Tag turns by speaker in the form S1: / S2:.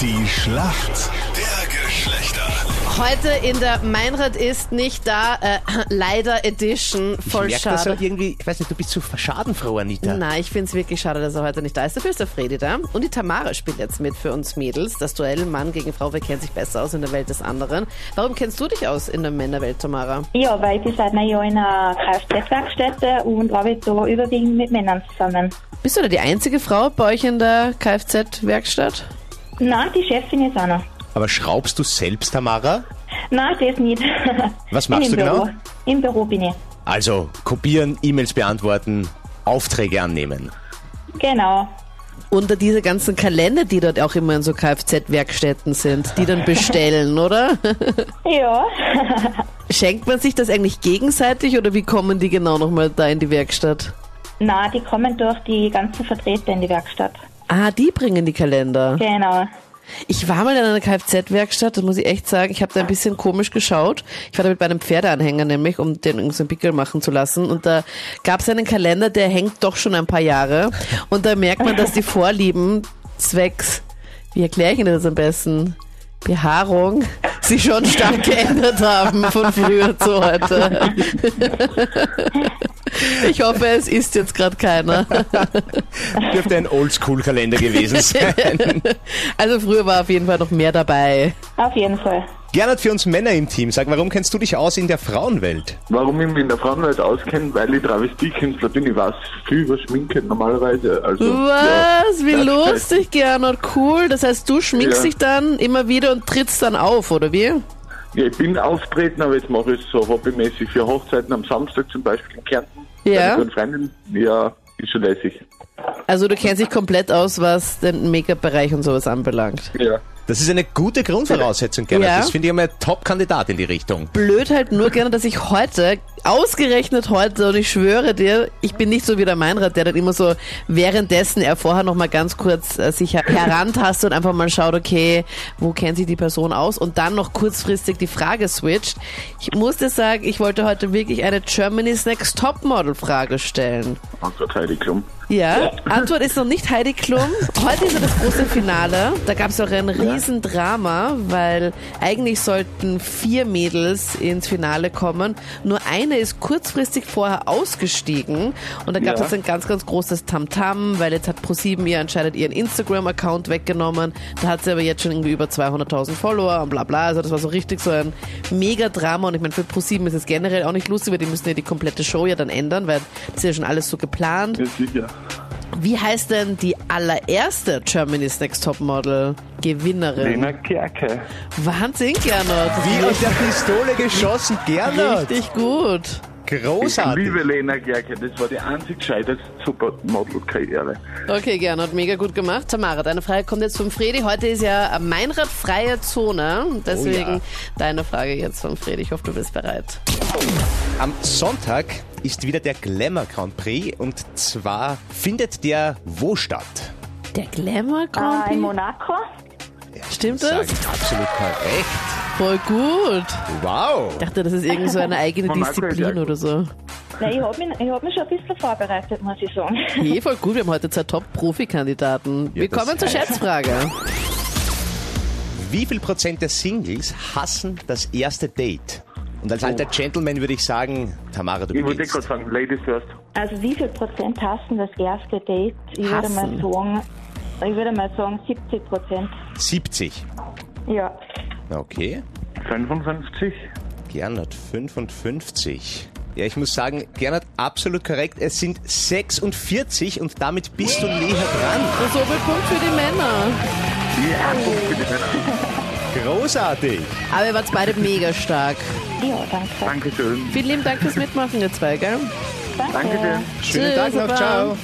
S1: Die Schlacht der Geschlechter.
S2: Heute in der Meinrad ist nicht da, äh, leider Edition, voll
S3: ich merk das
S2: schade.
S3: halt irgendwie, ich weiß nicht, du bist so schadenfroh, Anita.
S2: Nein, ich find's wirklich schade, dass er heute nicht da ist. Dafür ist der Fredi da. Und die Tamara spielt jetzt mit für uns Mädels. Das Duell Mann gegen Frau, wer kennt sich besser aus in der Welt des anderen? Warum kennst du dich aus in der Männerwelt, Tamara?
S4: Ja, weil ich bin seit einem Jahr in einer Kfz-Werkstätte und arbeite da überwiegend mit Männern zusammen.
S2: Bist du da die einzige Frau bei euch in der Kfz-Werkstatt?
S4: Nein, die Chefin ist auch noch.
S3: Aber schraubst du selbst, Tamara?
S4: Nein, das nicht.
S3: Was
S4: Bin
S3: machst
S4: im
S3: du
S4: Büro.
S3: genau?
S4: Im Büro bin ich.
S3: Also, kopieren, E-Mails beantworten, Aufträge annehmen.
S4: Genau.
S2: Unter diese ganzen Kalender, die dort auch immer in so Kfz-Werkstätten sind, die dann bestellen, oder?
S4: Ja.
S2: Schenkt man sich das eigentlich gegenseitig oder wie kommen die genau nochmal da in die Werkstatt?
S4: Nein, die kommen durch die ganzen Vertreter in die Werkstatt.
S2: Ah, die bringen die Kalender.
S4: Genau.
S2: Ich war mal in einer Kfz-Werkstatt, das muss ich echt sagen. Ich habe da ein bisschen komisch geschaut. Ich war da mit meinem Pferdeanhänger nämlich, um den irgendeinen so einen Pickel machen zu lassen. Und da gab es einen Kalender, der hängt doch schon ein paar Jahre. Und da merkt man, dass die Vorlieben zwecks, wie erkläre ich Ihnen das am besten? Behaarung, sich schon stark geändert haben von früher zu heute. Ich hoffe, es ist jetzt gerade keiner.
S3: Dürfte ein Oldschool-Kalender gewesen sein.
S2: Also früher war auf jeden Fall noch mehr dabei.
S4: Auf jeden Fall.
S3: Gernot, für uns Männer im Team, sag, warum kennst du dich aus in der Frauenwelt?
S5: Warum ich mich in der Frauenwelt auskenne? Weil ich Travestiekünstler bin. Ich weiß viel über Schminke normalerweise. Also,
S2: Was? Wie
S5: ja, das heißt,
S2: lustig, Gernot, cool. Das heißt, du schminkst
S5: Ja.
S2: dich dann immer wieder und trittst dann auf, oder wie?
S5: Ja, ich bin auftreten, aber jetzt mache ich es so hobbymäßig für Hochzeiten am Samstag zum Beispiel in Kärnten.
S2: Ja.
S5: Bei einer guten Freundin. Ja, ist schon lässig.
S2: Also du kennst dich komplett aus, was den Make-up-Bereich und sowas anbelangt.
S5: Ja.
S3: Das ist eine gute Grundvoraussetzung, Gernot.
S2: Ja.
S3: Das finde ich immer ein Top-Kandidat in die Richtung.
S2: Blöd halt nur gerne, dass ich heute, ausgerechnet heute, und ich schwöre dir, ich bin nicht so wie der Meinrad, der dann immer so währenddessen er vorher nochmal ganz kurz äh, sich her- herantastet und einfach mal schaut, okay, wo kennt sich die Person aus und dann noch kurzfristig die Frage switcht. Ich musste sagen, ich wollte heute wirklich eine Germany's Next Topmodel Frage stellen.
S5: Und Oh Gott, Heidi Klum.
S2: Ja, Antwort ist noch nicht Heidi Klum. Heute ist ja das große Finale. Da gab es auch ein Riesendrama, weil eigentlich sollten vier Mädels ins Finale kommen. Nur eine ist kurzfristig vorher ausgestiegen und da gab es
S5: Ja.
S2: jetzt ein ganz, ganz großes Tamtam, weil jetzt hat ProSieben ihr anscheinend ihren Instagram-Account weggenommen. Da hat sie aber jetzt schon irgendwie über 200.000 Follower und bla bla. Also das war so richtig so ein Mega-Drama und ich meine, für ProSieben ist es generell auch nicht lustig, weil die müssen ja die komplette Show ja dann ändern, weil das ist ja schon alles so geplant.
S5: Ja, sicher.
S2: Wie heißt denn die allererste Germany's Next Topmodel Gewinnerin?
S5: Lena Kerke.
S2: Wahnsinn, Gernot.
S3: Wie aus der Pistole geschossen, Gernot.
S2: richtig gut.
S5: Ich
S3: Großartig.
S5: liebe Lena Kerke. Das war die einzig gescheiterte Supermodel-Karriere.
S2: Okay, Gernot, mega gut gemacht. Tamara, deine Frage kommt jetzt vom Fredi. Heute ist ja Meinrad freie Zone. Deswegen
S3: Oh ja.
S2: deine Frage jetzt vom Fredi. Ich hoffe, du bist bereit.
S3: Am Sonntag ist wieder der Glamour Grand Prix und zwar findet der wo statt?
S2: Der Glamour
S4: Ah,
S2: Grand
S4: in Monaco?
S2: Prix. Stimmt
S3: Sagen
S2: das?
S3: absolut korrekt.
S2: Voll gut.
S3: Wow.
S2: Ich dachte, das ist irgend so eine eigene
S5: Monaco ist ja
S2: Disziplin
S5: gut.
S2: oder so.
S4: Nein, ich habe mich, ich hab mich schon ein bisschen vorbereitet, muss ich sagen.
S2: Hey, voll gut. Wir haben heute zwei Top-Profi-Kandidaten. Wir
S3: das
S2: kommen zur
S3: heißt-
S2: Schätzfrage.
S3: Wie viel Prozent der Singles hassen das erste Date? Und
S2: Oh.
S3: als alter Gentleman würde ich sagen, Tamara, du
S5: Ich wollte
S3: beginnst.
S5: gerade sagen, Ladies first.
S4: Also wie viel Prozent hassen das erste Date? Ich
S2: Hassen.
S4: würde mal sagen, ich würde mal sagen 70 Prozent.
S3: 70.
S4: Ja.
S3: Okay.
S5: 55?
S3: Gernot, 55. Ja, ich muss sagen, Gernot, absolut korrekt. Es sind 46 und damit bist du näher dran.
S2: Und so wird Punkt für die Männer.
S5: Ja, Punkt für die Männer.
S3: Großartig.
S2: Aber ihr wart beide mega stark.
S4: Ja, danke.
S5: Dankeschön.
S2: Vielen lieben Dank fürs Mitmachen, ihr zwei, gell?
S4: Danke.
S5: Dankeschön.
S3: Schönen
S2: Tschüss,
S3: Tag noch.
S2: Baba.
S3: Ciao.